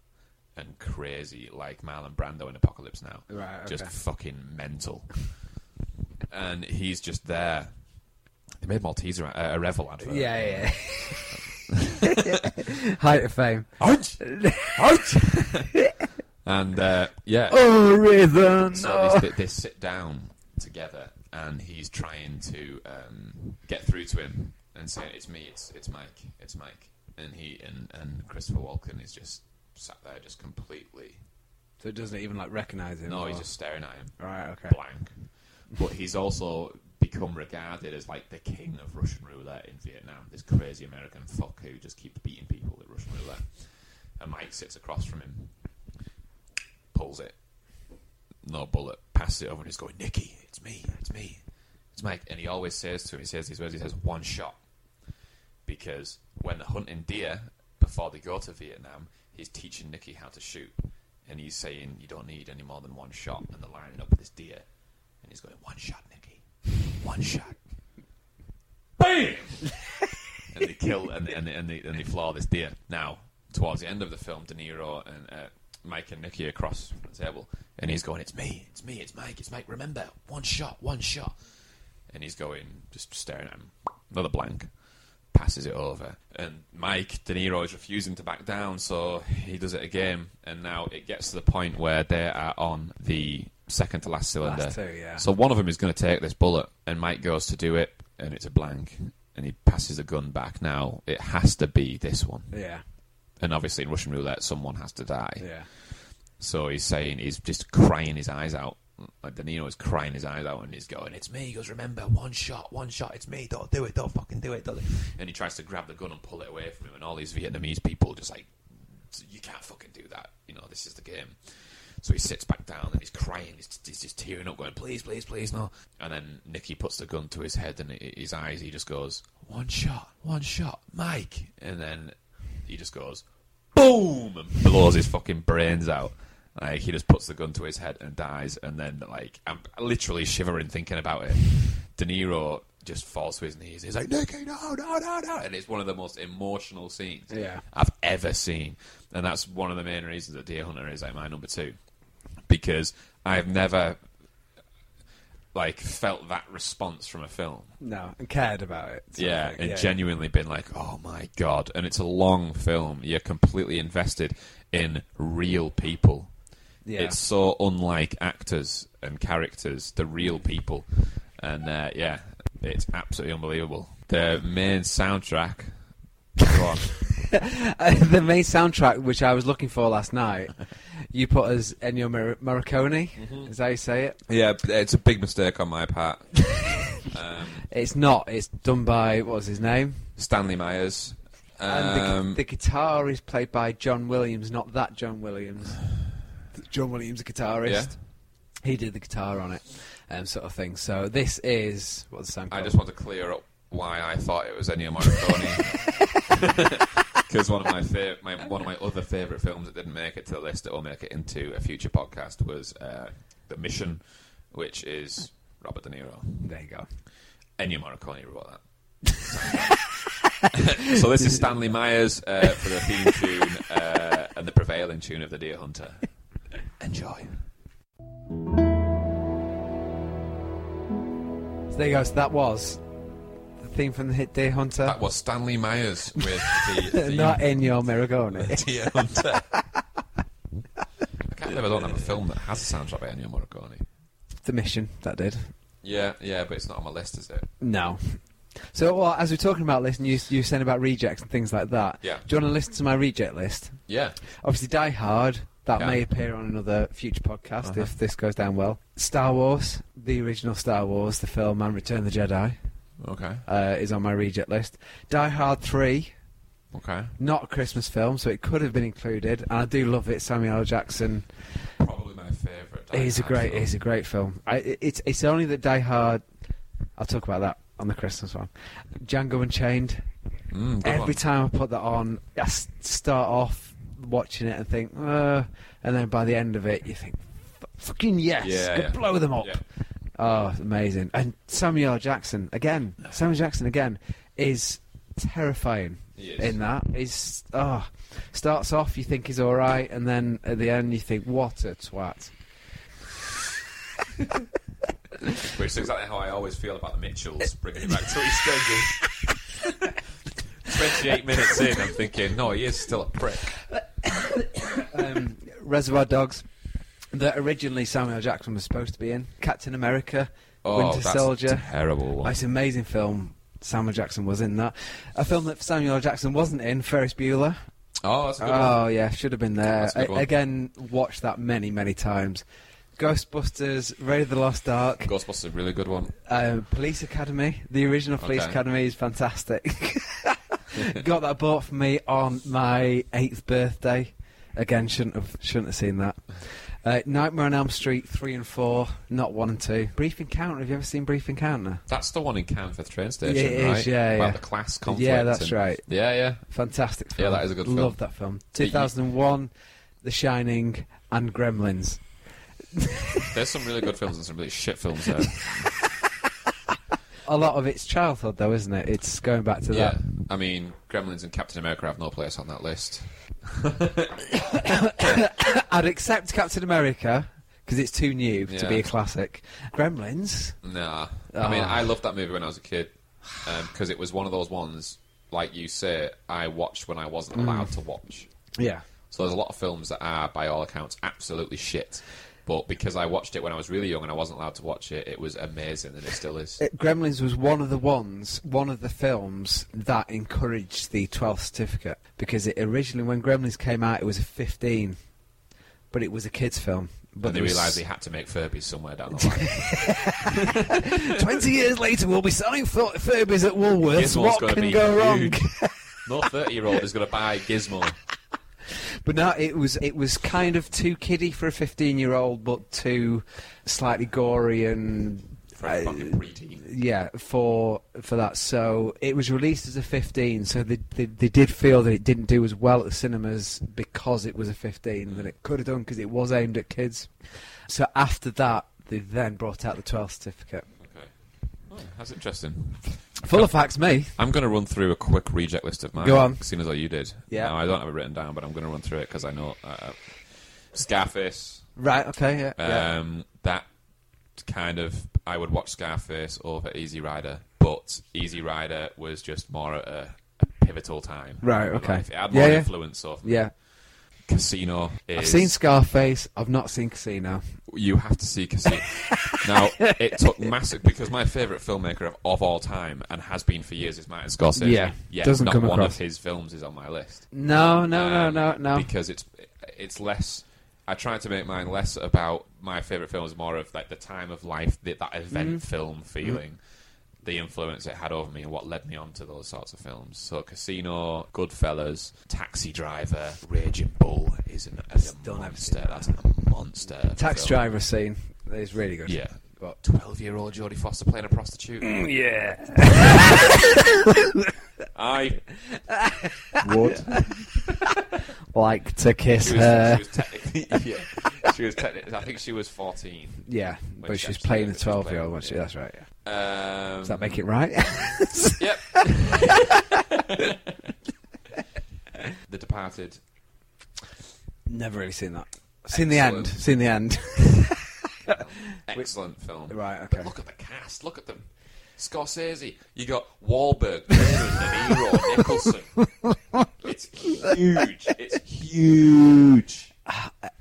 Speaker 4: and crazy, like Marlon Brando in Apocalypse Now
Speaker 3: Right. Okay.
Speaker 4: just fucking mental. and he's just there. They made Maltese a, a revel advert.
Speaker 3: yeah. Yeah. Height of fame.
Speaker 4: Ouch! and uh, yeah,
Speaker 2: Oh, rhythm.
Speaker 4: so they, they, they sit down together, and he's trying to um, get through to him and saying, "It's me. It's it's Mike. It's Mike." And he and, and Christopher Walken is just sat there, just completely.
Speaker 3: So it doesn't even like recognise him.
Speaker 4: No, he's
Speaker 3: or-
Speaker 4: just staring at him.
Speaker 3: right. Okay.
Speaker 4: blank. But he's also become regarded as like the king of Russian roulette in Vietnam. This crazy American fuck who just keeps beating people at Russian roulette. And Mike sits across from him, pulls it, no bullet, passes it over, and he's going, "Nicky, it's me, it's me, it's Mike." And he always says to him, he says these words, he says, "One shot," because when they're hunting deer before they go to Vietnam, he's teaching Nicky how to shoot, and he's saying, "You don't need any more than one shot," and they're lining up with this deer, and he's going, "One shot, Nicky, one shot." Bam! and they kill and they, and they, and they, and they floor this deer. Now, towards the end of the film, De Niro and uh, Mike and Nicky are across from the table, and he's going, "It's me, it's me, it's Mike, it's Mike. Remember, one shot, one shot." And he's going, just staring at him. Another blank. Passes it over, and Mike De Niro is refusing to back down, so he does it again. And now it gets to the point where they are on the second to last cylinder.
Speaker 3: Last two, yeah.
Speaker 4: So one of them is going to take this bullet, and Mike goes to do it, and it's a blank, and he passes the gun back. Now it has to be this one,
Speaker 3: Yeah.
Speaker 4: and obviously in Russian roulette, someone has to die.
Speaker 3: Yeah.
Speaker 4: So he's saying he's just crying his eyes out. Like De Niro is crying his eyes out, and he's going, "It's me." He goes, "Remember, one shot, one shot. It's me. Don't do it. Don't fucking do it." Don't do it." And he tries to grab the gun and pull it away from him, and all these Vietnamese people just like, "You can't fucking do that. You know, this is the game." So he sits back down and he's crying. He's, he's just tearing up, going, "Please, please, please, no!" And then Nicky puts the gun to his head and i- his eyes. He just goes, "One shot, one shot, Mike." And then he just goes, "Boom!" and blows his fucking brains out. Like he just puts the gun to his head and dies. And then, like, I'm literally shivering thinking about it. De Niro just falls to his knees. He's like, "Nicky, no, no, no, no!" And it's one of the most emotional scenes
Speaker 3: Yeah.
Speaker 4: I've ever seen. And that's one of the main reasons that Deer Hunter is like my number two because I've never like felt that response from a film.
Speaker 3: No, and cared about it. sort of
Speaker 4: yeah,
Speaker 3: thing.
Speaker 4: and genuinely been like, "Oh my god!" And it's a long film. You're completely invested in real people.
Speaker 3: Yeah.
Speaker 4: It's so unlike actors and characters, the real people, and uh, yeah, it's absolutely unbelievable. The main soundtrack. Go on.
Speaker 3: Uh, the main soundtrack, which I was looking for last night, you put as Ennio Mor- Morricone. Is that how you say it?
Speaker 4: yeah, it's a big mistake on my part. um,
Speaker 3: It's not. It's done by what was his name?
Speaker 4: Stanley Myers.
Speaker 3: and the,
Speaker 4: Um,
Speaker 3: gu- the guitar is played by John Williams, not that John Williams. John Williams, the guitarist.
Speaker 4: Yeah.
Speaker 3: He did the guitar on it, um, sort of thing. So this is what's the sound
Speaker 4: I
Speaker 3: called?
Speaker 4: just want to clear up why I thought it was Ennio Morricone. Because one of my, fav- my one of my other favourite films that didn't make it to the list that will make it into a future podcast was uh, The Mission, which is Robert De Niro.
Speaker 3: There you go.
Speaker 4: Ennio Morricone wrote that. so this is Stanley Myers uh, for the theme tune uh, and the prevailing tune of The Deer Hunter. Enjoy.
Speaker 3: So there you go. So that was the theme from the hit Day Hunter?
Speaker 4: That was Stanley Myers with the, the
Speaker 3: Not in your Maragone.
Speaker 4: Deer Hunter. I can't believe I don't have a film that has a soundtrack by Ennio Morricone.
Speaker 3: the mission that did.
Speaker 4: Yeah, yeah, but it's not on my list, is it?
Speaker 3: No. So, well, as we're talking about this, and you, you were saying about rejects and things like that,
Speaker 4: Yeah.
Speaker 3: do you want to listen to my reject list?
Speaker 4: Yeah.
Speaker 3: Obviously, Die Hard, that
Speaker 4: Yeah.
Speaker 3: may appear on another future podcast if this goes down well. Star Wars, the original Star Wars, the film, and Return of the Jedi
Speaker 4: Okay.
Speaker 3: uh, is on my reject list. Die Hard 3,
Speaker 4: Okay.
Speaker 3: not a Christmas film, so it could have been included, and I do love it. Samuel L. Jackson
Speaker 4: Probably my favourite. Die
Speaker 3: It is a
Speaker 4: Hard
Speaker 3: great,
Speaker 4: film.
Speaker 3: it is a great film. I, it- it's it's only that Die Hard. I'll talk about that on the Christmas one. Django Unchained.
Speaker 4: Mm, good
Speaker 3: Every
Speaker 4: one.
Speaker 3: time I put that on, I s- start off watching it and think, uh, and then by the end of it, you think, "F- fucking yes,
Speaker 4: Yeah,
Speaker 3: go
Speaker 4: yeah.
Speaker 3: blow them up.
Speaker 4: Yeah.
Speaker 3: Oh, it's amazing! And Samuel L. Jackson again. Samuel Jackson again is terrifying
Speaker 4: He is.
Speaker 3: in that. He's oh, starts off you think he's all right, and then at the end you think, what a twat.
Speaker 4: Which is exactly how I always feel about the Mitchells, bringing it back to East Ending. 28 minutes in, I'm thinking, no, he is still a prick.
Speaker 3: Reservoir Dogs that originally Samuel Jackson was supposed to be in. Captain America,
Speaker 4: Oh,
Speaker 3: Winter
Speaker 4: that's
Speaker 3: Soldier.
Speaker 4: a terrible one.
Speaker 3: It's an amazing film. Samuel Jackson was in that. A film that Samuel Jackson wasn't in, Ferris Bueller.
Speaker 4: Oh, that's a good one.
Speaker 3: Oh, yeah, should have been there.
Speaker 4: That's a good
Speaker 3: A-
Speaker 4: one.
Speaker 3: again, watched that many, many times. Ghostbusters, Raid of the Lost Ark,
Speaker 4: Ghostbusters is a really good one.
Speaker 3: uh, Police Academy. The original Police
Speaker 4: Okay.
Speaker 3: Academy is fantastic. Got that bought for me on my eighth birthday. Again, shouldn't have shouldn't have seen that. Uh, Nightmare on Elm Street three and four, not one and two. Brief Encounter. Have you ever seen Brief Encounter?
Speaker 4: That's the one in Canforth train station,
Speaker 3: Yeah, it is,
Speaker 4: right?
Speaker 3: yeah,
Speaker 4: About
Speaker 3: yeah.
Speaker 4: the class conflict.
Speaker 3: Yeah, that's
Speaker 4: and-
Speaker 3: right.
Speaker 4: Yeah, yeah.
Speaker 3: Fantastic.
Speaker 4: Yeah,
Speaker 3: Film.
Speaker 4: that is a good film.
Speaker 3: Love that film. Two thousand and one, The Shining, and Gremlins.
Speaker 4: There's some really good films and some really shit films there.
Speaker 3: A lot of it's childhood though, isn't it? It's going back to
Speaker 4: yeah. I mean, Gremlins and Captain America have no place on that list.
Speaker 3: that. I'd accept Captain America because it's too new to
Speaker 4: Yeah.
Speaker 3: be a classic. Gremlins.
Speaker 4: Nah. I mean,
Speaker 3: Ah.
Speaker 4: I loved that movie when I was a kid because it was one of those ones, like you say, I watched when I
Speaker 3: Mm.
Speaker 4: wasn't allowed to watch.
Speaker 3: Yeah.
Speaker 4: So there's a lot of films that are, by all accounts, absolutely shit. But because I watched it when I was really young and I wasn't allowed to watch it, it was amazing, and it still is.
Speaker 3: it- Uh, Gremlins was one of the ones, one of the films that encouraged the 12th certificate because it originally, when Gremlins came out, it was a 15, but it was a kids' film. But
Speaker 4: But they
Speaker 3: there was-
Speaker 4: realised they had to make Furbies somewhere down the line.
Speaker 3: 20 years later, we'll be selling Fur- Furbies at Woolworths.
Speaker 4: Gizmo's
Speaker 3: what
Speaker 4: gonna
Speaker 3: can
Speaker 4: be
Speaker 3: go wrong?
Speaker 4: huge. no 30 year old is going to buy Gizmo.
Speaker 3: But no, it was it was kind of too kiddie for a 15 year old, but too slightly gory and
Speaker 4: For a fucking preteen.
Speaker 3: yeah for for that so it was released as a 15 so they, they they did feel that it didn't do as well at the cinemas because it was a 15 than it could have done because it was aimed at kids so after that they then brought out the 12 certificate
Speaker 4: Okay. Oh, that's interesting.
Speaker 3: full of facts me
Speaker 4: I'm going to run through a quick reject list of mine.
Speaker 3: Go on.
Speaker 4: Seeing as though you did.
Speaker 3: Yeah.
Speaker 4: Now, I don't have it written down, but I'm going to run through it because I know. Uh, Scarface.
Speaker 3: right okay yeah,
Speaker 4: Um,
Speaker 3: yeah.
Speaker 4: That kind of. I would watch Scarface over Easy Rider, but Easy Rider was just more at a, a pivotal time.
Speaker 3: Right,
Speaker 4: in my
Speaker 3: okay.
Speaker 4: life. It had
Speaker 3: Yeah,
Speaker 4: more
Speaker 3: yeah.
Speaker 4: influence off. me.
Speaker 3: yeah
Speaker 4: Casino is.
Speaker 3: i've seen scarface i've not seen casino
Speaker 4: you have to see Casino. now, it took massive because my favorite filmmaker of, of all time and has been for years is Martin Scorsese.
Speaker 3: Yeah,
Speaker 4: yet
Speaker 3: doesn't
Speaker 4: not
Speaker 3: come
Speaker 4: one
Speaker 3: across.
Speaker 4: of his films is on my list.
Speaker 3: no no
Speaker 4: Um,
Speaker 3: no no no
Speaker 4: Because it's it's less. I tried to make mine less about my favorite films, more of like the time of life, the, that event
Speaker 3: Mm-hmm.
Speaker 4: film feeling, the influence it had over me, and what led me on to those sorts of films. So, Casino, Goodfellas, Taxi Driver, Raging Bull is an, is a
Speaker 3: Still never seen
Speaker 4: monster. That's a monster. of a
Speaker 3: tax
Speaker 4: film.
Speaker 3: driver scene is really good
Speaker 4: Yeah.
Speaker 3: But-
Speaker 4: Twelve-year-old Jodie Foster playing a prostitute. yeah. I
Speaker 3: would like to kiss
Speaker 4: she
Speaker 3: her
Speaker 4: was, she was technically yeah, she was technically I think she was fourteen.
Speaker 3: Yeah,
Speaker 4: When
Speaker 3: but
Speaker 4: she
Speaker 3: she was
Speaker 4: actually-
Speaker 3: playing a
Speaker 4: when she was playing-
Speaker 3: 12 year old, wasn't she?
Speaker 4: yeah.
Speaker 3: That's right. Yeah.
Speaker 4: Um,
Speaker 3: Does that make it right?
Speaker 4: Yep. the Departed.
Speaker 3: Never really seen that. Seen the end.
Speaker 4: Excellent.
Speaker 3: Seen the end.
Speaker 4: Excellent film.
Speaker 3: right,
Speaker 4: But
Speaker 3: okay.
Speaker 4: look at the cast. Look at them. Scorsese. You got Wahlberg, Vernon, De Niro, Nicholson. It's huge. It's huge.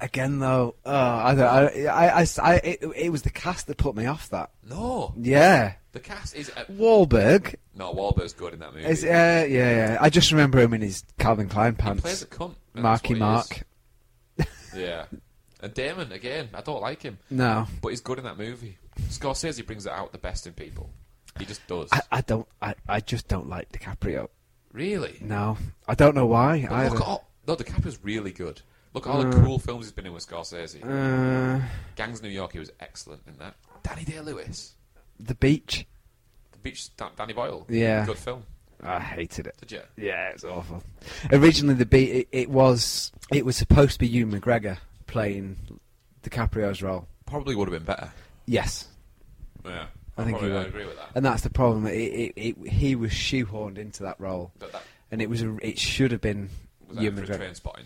Speaker 3: Again, though, oh, I don't. I, I, I, I- it, it was the cast that put me off that.
Speaker 4: No,
Speaker 3: Yeah,
Speaker 4: the cast is uh,
Speaker 3: Wahlberg.
Speaker 4: no Wahlberg's good in that movie.
Speaker 3: Is, uh, yeah, yeah. I just remember him in his Calvin Klein
Speaker 4: he plays
Speaker 3: pants.
Speaker 4: a cunt. and that's
Speaker 3: Marky
Speaker 4: what he
Speaker 3: Mark.
Speaker 4: is. Yeah, and Damon again. I don't like him,
Speaker 3: No,
Speaker 4: but he's good in that movie. Scorsese brings out the best in people. He just does.
Speaker 3: I, I don't. I, I just don't like DiCaprio.
Speaker 4: really.
Speaker 3: No, I don't know why.
Speaker 4: But look at
Speaker 3: either.
Speaker 4: all, no, DiCaprio's really good. Look at all the cool films he's been in with Scorsese.
Speaker 3: Uh,
Speaker 4: Gangs of New York, he was excellent in that. Danny Day Lewis,
Speaker 3: the beach.
Speaker 4: The Beach, Dan- Danny Boyle.
Speaker 3: Yeah.
Speaker 4: Good film.
Speaker 3: I hated it.
Speaker 4: Did you?
Speaker 3: Yeah, it's awful. Originally, the beat it, it was it was supposed to be Hugh McGregor playing DiCaprio's role.
Speaker 4: Probably would have been better.
Speaker 3: Yes,
Speaker 4: Yeah.
Speaker 3: I think
Speaker 4: probably,
Speaker 3: he
Speaker 4: I
Speaker 3: would.
Speaker 4: agree with that.
Speaker 3: and that's the problem. It, it, it, he was shoehorned into that role,
Speaker 4: But that
Speaker 3: and it was a, it should have been
Speaker 4: was
Speaker 3: Hugh
Speaker 4: that for
Speaker 3: McGregor.
Speaker 4: train spotting.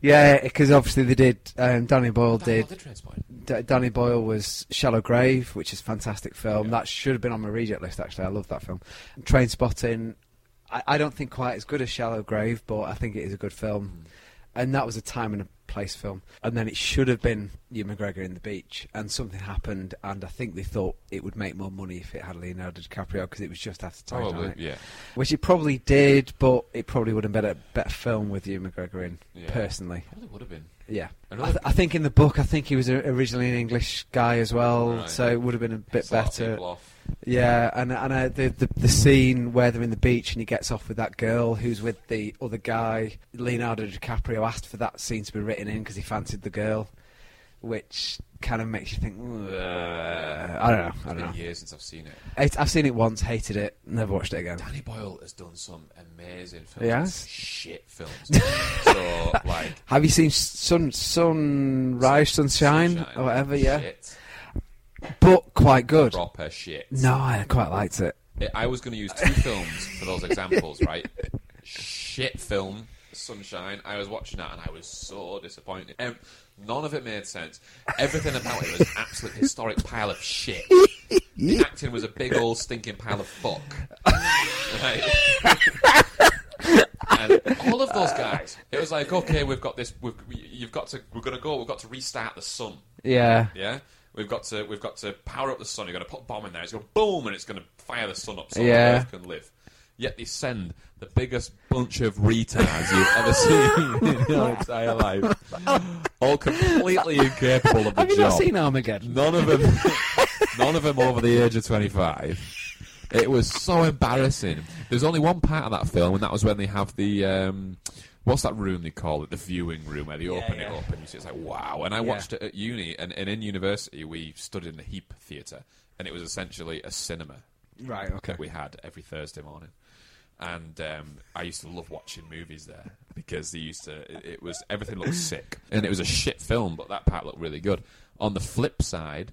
Speaker 3: Yeah, because obviously they did. Um, Danny Boyle did.
Speaker 4: Did, did train spotting?
Speaker 3: D- Danny Boyle was Shallow Grave, which is a fantastic film. That should have been on my reject list, actually. I love that film. Train Spotting, I, I don't think quite as good as Shallow Grave, but I think it is a good film. And that was a time and a place film. And then it should have been Hugh McGregor in the beach, and something happened, and I think they thought it would make more money if it had Leonardo DiCaprio because it was just after Titanic,
Speaker 4: Probably, yeah.
Speaker 3: which it probably did, but it probably would have been a better film with Hugh McGregor in,
Speaker 4: Yeah.
Speaker 3: personally.
Speaker 4: Probably would have been.
Speaker 3: Yeah, I,
Speaker 4: Another-
Speaker 3: th- I think in the book, I think he was o- originally an English guy as well,
Speaker 4: Right.
Speaker 3: so it would have been a bit
Speaker 4: Pissed a lot of
Speaker 3: better.
Speaker 4: people off.
Speaker 3: Yeah, and and uh, the, the the scene where they're in the beach and he gets off with that girl who's with the other guy. Leonardo DiCaprio asked for that scene to be written in because he fancied the girl, which kind of makes you think. "Ugh." I don't know. I
Speaker 4: It's
Speaker 3: don't know.
Speaker 4: been years since I've seen it.
Speaker 3: It, I've seen it once, hated it, never watched it again.
Speaker 4: Danny Boyle has done some amazing films.
Speaker 3: Yes.
Speaker 4: Shit films. so, like.
Speaker 3: Have you seen Sun Sunrise Sunshine, or whatever? Yeah,
Speaker 4: Shit.
Speaker 3: but quite good.
Speaker 4: Proper shit.
Speaker 3: No, I quite liked it.
Speaker 4: I- I was going to use two films for those examples, right? Shit film, Sunshine. I was watching that and I was so disappointed. Ev- none of it made sense. Everything about it was an absolute historic pile of shit. The acting was a big old stinking pile of fuck. Right? and all of those guys, it was like, okay, we've got this. We've, we- you've got to. We're going to go. We've got to restart the sun.
Speaker 3: Yeah.
Speaker 4: Yeah, we've got to we've got to power up the sun. You've got to put a bomb in there. It's going to boom, and it's going to fire the sun up so
Speaker 3: Yeah.
Speaker 4: the Earth can live. Yet they send the biggest bunch of retards you've ever seen in your entire life, all completely incapable of the
Speaker 3: Have you
Speaker 4: job.
Speaker 3: not seen Armageddon?
Speaker 4: none of them, none of them over the age of twenty-five. It was so embarrassing. There's only one part of that film, and that was when they have the. Um, What's that room they call it? The viewing room where they open it up and you see it's like wow. And I watched it at uni, and, and in university we stood in the Heap Theatre, and it was essentially a cinema
Speaker 3: Right, okay.
Speaker 4: that we had every Thursday morning. And um, I used to love watching movies there because they used to. It, it was everything looked sick, and it was a shit film, but that part looked really good. On the flip side,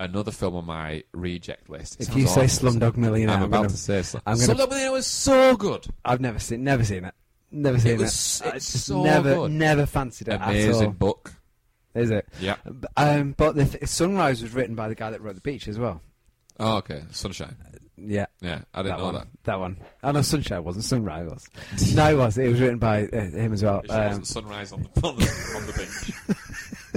Speaker 4: another film on my reject list. it
Speaker 3: If
Speaker 4: sounds
Speaker 3: you say
Speaker 4: awful, doesn't it?
Speaker 3: Slumdog Millionaire,
Speaker 4: I'm,
Speaker 3: I'm
Speaker 4: about
Speaker 3: gonna-
Speaker 4: to say Slum-
Speaker 3: I'm gonna-
Speaker 4: Slumdog Millionaire was so good.
Speaker 3: I've never seen never seen it. Never seen it.
Speaker 4: was-
Speaker 3: I
Speaker 4: it's
Speaker 3: just
Speaker 4: so
Speaker 3: never
Speaker 4: good.
Speaker 3: never fancied it at
Speaker 4: Amazing
Speaker 3: all.
Speaker 4: book.
Speaker 3: Is it?
Speaker 4: Yeah.
Speaker 3: B- Um, but the th- Sunrise was written by the guy that wrote The Beach as well.
Speaker 4: Oh, okay. Sunshine.
Speaker 3: Yeah.
Speaker 4: Yeah, I didn't
Speaker 3: That
Speaker 4: know
Speaker 3: one,
Speaker 4: that.
Speaker 3: one. Oh no, Sunshine wasn't. Sunrise was. no, it was. It was written by uh, him as well.
Speaker 4: It just
Speaker 3: Um,
Speaker 4: wasn't sunrise on the on the, on the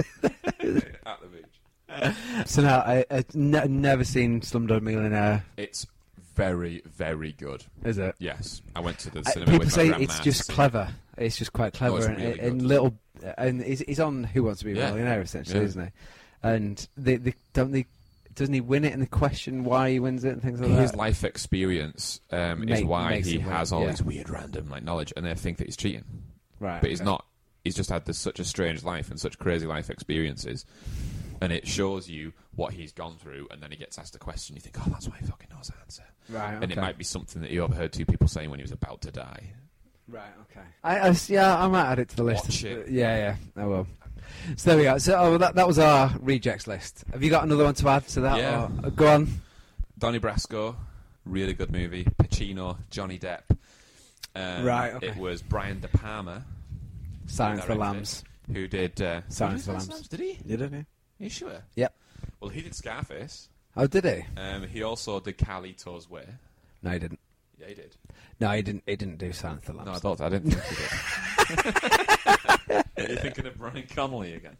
Speaker 4: beach. At the beach.
Speaker 3: so no, I, I ne- never seen Slumdog Millionaire.
Speaker 4: It's very very good.
Speaker 3: Is it?
Speaker 4: Yes, I went to the
Speaker 3: Uh,
Speaker 4: cinema.
Speaker 3: people
Speaker 4: with
Speaker 3: say
Speaker 4: my
Speaker 3: it's
Speaker 4: grandma
Speaker 3: just
Speaker 4: to see it.
Speaker 3: clever. It's just quite clever
Speaker 4: it's
Speaker 3: and,
Speaker 4: really
Speaker 3: and
Speaker 4: good.
Speaker 3: little. And he's, he's on Who Wants to Be a
Speaker 4: Yeah.
Speaker 3: Millionaire essentially,
Speaker 4: Yeah.
Speaker 3: isn't he? And they, they don't they doesn't he win it and they question why he wins it and things like
Speaker 4: His
Speaker 3: that.
Speaker 4: life experience um, is
Speaker 3: Make-
Speaker 4: why
Speaker 3: makes
Speaker 4: he
Speaker 3: him win,
Speaker 4: has all
Speaker 3: yeah.
Speaker 4: this weird random like knowledge, and they think that he's cheating,
Speaker 3: right,
Speaker 4: but he's
Speaker 3: okay.
Speaker 4: not. He's just had this, such a strange life and such crazy life experiences, and it shows you what he's gone through, and then he gets asked a question. You think, oh, that's why he fucking knows the answer,
Speaker 3: Right, okay.
Speaker 4: and it might be something that he overheard two people saying when he was about to die.
Speaker 3: Right, okay. I, I s- yeah, I might add it to the list.
Speaker 4: Watch it.
Speaker 3: Yeah, yeah, I will. So there we go. So oh, that that was our rejects list. Have you got another one to add to that?
Speaker 4: Yeah.
Speaker 3: or- uh, go on.
Speaker 4: Donnie Brasco, really good movie. Pacino, Johnny Depp. Um,
Speaker 3: Right, okay.
Speaker 4: It was Brian De Palma
Speaker 3: Silence of the
Speaker 4: directed it,
Speaker 3: Lambs.
Speaker 4: who did uh,
Speaker 3: Silence
Speaker 4: who
Speaker 3: of the
Speaker 4: did
Speaker 3: Lambs.
Speaker 4: Did he?
Speaker 3: Did it?
Speaker 4: Are you sure?
Speaker 3: Yep.
Speaker 4: Well, he did Scarface.
Speaker 2: Oh, did he?
Speaker 4: Um, he also did Carlitos Way.
Speaker 2: No, he didn't.
Speaker 4: Yeah, he did.
Speaker 2: No, he didn't. He didn't do Silence of the Lambs.
Speaker 4: No, I thought I didn't think he did. You're thinking of Brian Connolly again.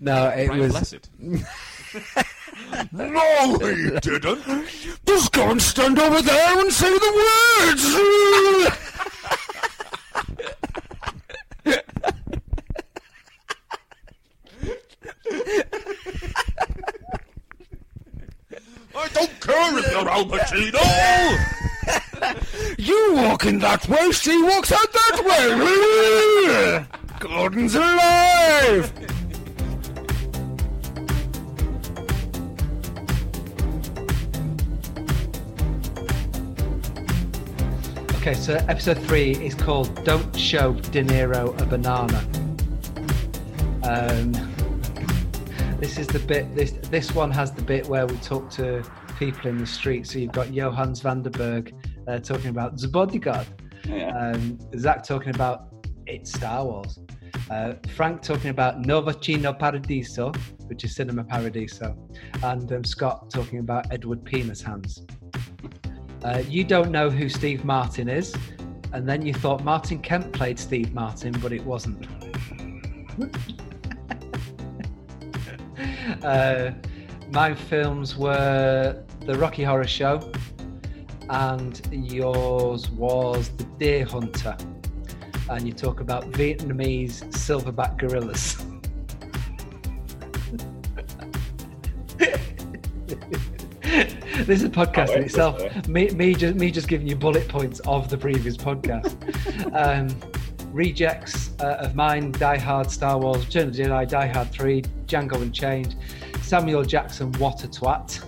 Speaker 2: No, it
Speaker 4: Brian
Speaker 2: was.
Speaker 4: Blessed.
Speaker 2: No, he didn't. Just go and stand over there and say the words.
Speaker 4: I don't care if you're Al Pacino!
Speaker 2: You walk in that way, she walks out that way. Gordon's alive.
Speaker 9: Okay, so episode three is called "Don't Show De Niro a Banana." Um, this is the bit. This this one has the bit where we talk to people in the street. So you've got Johannes Vanderberg uh, talking about the bodyguard.
Speaker 1: Yeah.
Speaker 9: Um, Zach talking about it's Star Wars. Uh, Frank talking about Novacino Paradiso, which is Cinema Paradiso, and um, Scott talking about Edward Penis Hands. Uh, you don't know who Steve Martin is, and then you thought Martin Kemp played Steve Martin, but it wasn't. uh, my films were The Rocky Horror Show, and yours was The Deer Hunter. And you talk about Vietnamese silverback gorillas. this is a podcast
Speaker 1: Oh,
Speaker 9: in itself.
Speaker 1: interesting.
Speaker 9: Me, me, just, me just giving you bullet points of the previous podcast. um, rejects uh, of mine Die Hard, Star Wars, Return of the Jedi, Die Hard 3, Django Unchained, Samuel Jackson, What a Twat.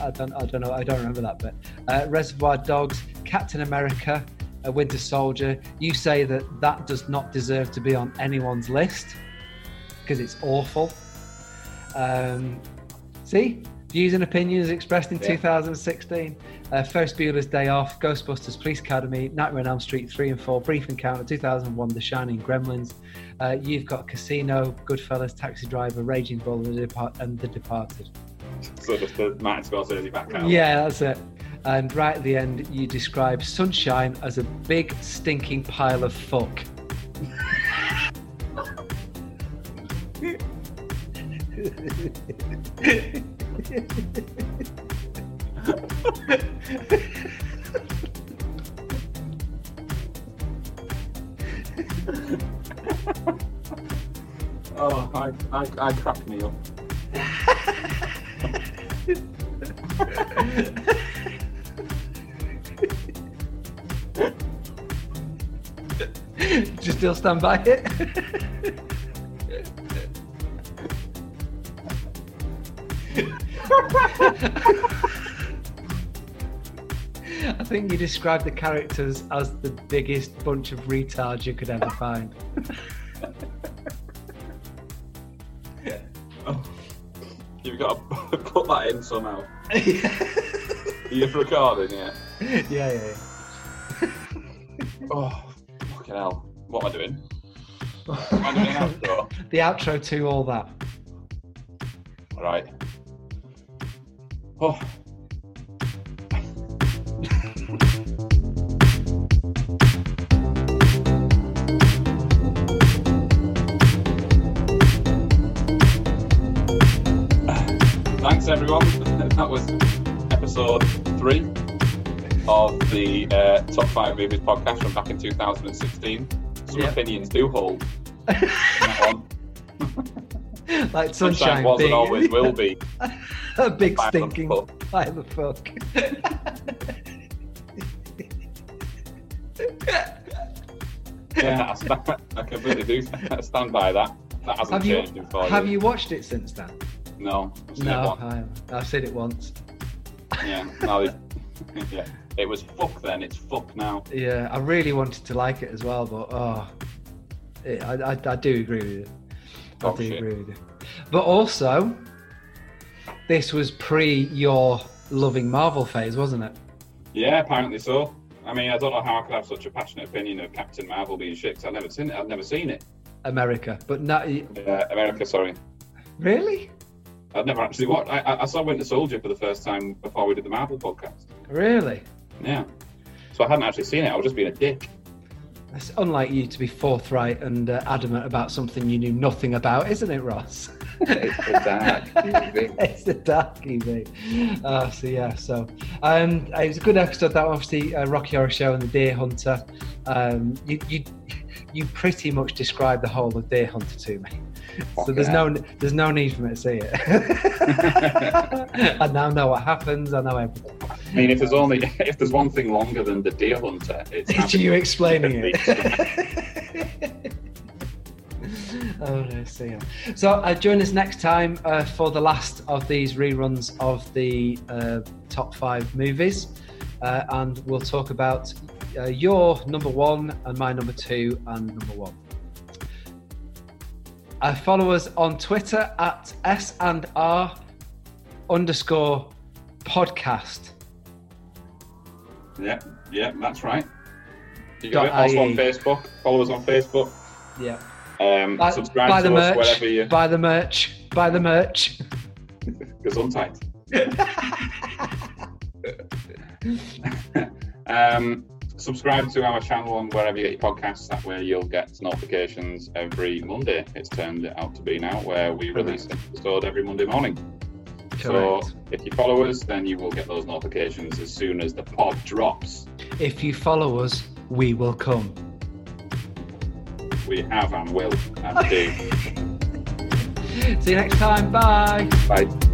Speaker 9: I don't, I don't know, I don't remember that bit. Uh, Reservoir Dogs, Captain America, A Winter Soldier. You say that that does not deserve to be on anyone's list because it's awful. Um, see, views and opinions expressed in
Speaker 1: Yeah.
Speaker 9: 2016. Uh, First Bueller's Day Off, Ghostbusters Police Academy, Nightmare on Elm Street 3 and 4, Brief Encounter 2001, The Shining Gremlins. Uh, you've got Casino, Goodfellas, Taxi Driver, Raging Bull, and The Depart- and The Departed.
Speaker 1: So just the Martin Scorsese back out.
Speaker 9: Yeah, that's it. And right at the end, you describe Sunshine as a big stinking pile of fuck.
Speaker 1: Oh, I, I, I crack me up.
Speaker 9: Do you still stand by it? I think you described the characters as the biggest bunch of retards you could ever find.
Speaker 1: Oh. You've got to put that in somehow. You're recording, yeah.
Speaker 9: yeah, yeah, yeah.
Speaker 1: Oh, fucking hell. What am I doing? Am I doing an outro?
Speaker 9: The outro to all that.
Speaker 1: Right. Oh, thanks everyone. That was episode three of the uh, top five movies podcast from back in 2016. Some
Speaker 9: Yeah.
Speaker 1: opinions do hold. That one.
Speaker 9: Like
Speaker 1: Sunshine
Speaker 9: sunshine,
Speaker 1: was
Speaker 9: being
Speaker 1: and always will be.
Speaker 9: a big
Speaker 1: Pile of
Speaker 9: stinking
Speaker 1: fuck.
Speaker 9: pile of fuck.
Speaker 1: Yeah, I, stand, I completely do stand by that. That hasn't
Speaker 9: Have you
Speaker 1: changed in four
Speaker 9: have
Speaker 1: years.
Speaker 9: you watched it since then?
Speaker 1: No. I've seen it
Speaker 9: No,
Speaker 1: once.
Speaker 9: I, I've seen it once.
Speaker 1: Yeah. No, it, yeah. It was fuck then. It's fuck now.
Speaker 9: Yeah, I really wanted to like it as well, but oh, it, I, I I do agree with you. I
Speaker 1: Oh,
Speaker 9: do
Speaker 1: shit.
Speaker 9: agree with you. But also, this was pre your loving Marvel phase, wasn't it?
Speaker 1: Yeah, apparently so. I mean, I don't know how I could have such a passionate opinion of Captain Marvel being shit 'cause I've never seen it. I've never seen it.
Speaker 9: America, but not
Speaker 1: Uh, America, sorry.
Speaker 9: really.
Speaker 1: I'd never actually watched. I- I, I saw Winter Soldier for the first time before we did the Marvel podcast.
Speaker 9: Really?
Speaker 1: Yeah. So I hadn't actually seen it. I was just being a dick.
Speaker 9: It's unlike you to be forthright and uh, adamant about something you knew nothing about, isn't it, Ross? it's the dark EV. Uh, so yeah, so um, it was a good episode. That one. obviously uh, Rocky Horror Show and the Deer Hunter. Um, you you you pretty much described the whole of Deer Hunter to me. So there's no there's no need for me to see it. I now know what happens. I know everything.
Speaker 1: I mean, if there's only if there's one thing longer than the Deer Hunter, it's
Speaker 9: It's you
Speaker 1: having-
Speaker 9: explaining it. oh no, so yeah. So uh, join us next time uh, for the last of these reruns of the uh, top five movies, uh, and we'll talk about uh, your number one and my number two and number one. Uh, follow us on Twitter at S and R underscore podcast.
Speaker 1: Yeah, yeah, that's right. You
Speaker 9: Dot
Speaker 1: got it. Also on
Speaker 9: IE.
Speaker 1: Facebook. Follow us on Facebook.
Speaker 9: Yeah.
Speaker 1: Um,
Speaker 9: Buy,
Speaker 1: subscribe
Speaker 9: buy
Speaker 1: to
Speaker 9: the
Speaker 1: us
Speaker 9: merch.
Speaker 1: wherever you.
Speaker 9: Buy the merch. Buy the merch.
Speaker 1: Gesundheit. um, subscribe to our channel on wherever you get your podcasts. That way you'll get notifications every Monday. It's turned out to be now where we release an episode every Monday morning. So
Speaker 9: Correct.
Speaker 1: if you follow us, then you will get those notifications as soon as the pod drops.
Speaker 9: If you follow us, we will come.
Speaker 1: We have and will and do.
Speaker 9: See you next time. Bye.
Speaker 1: Bye.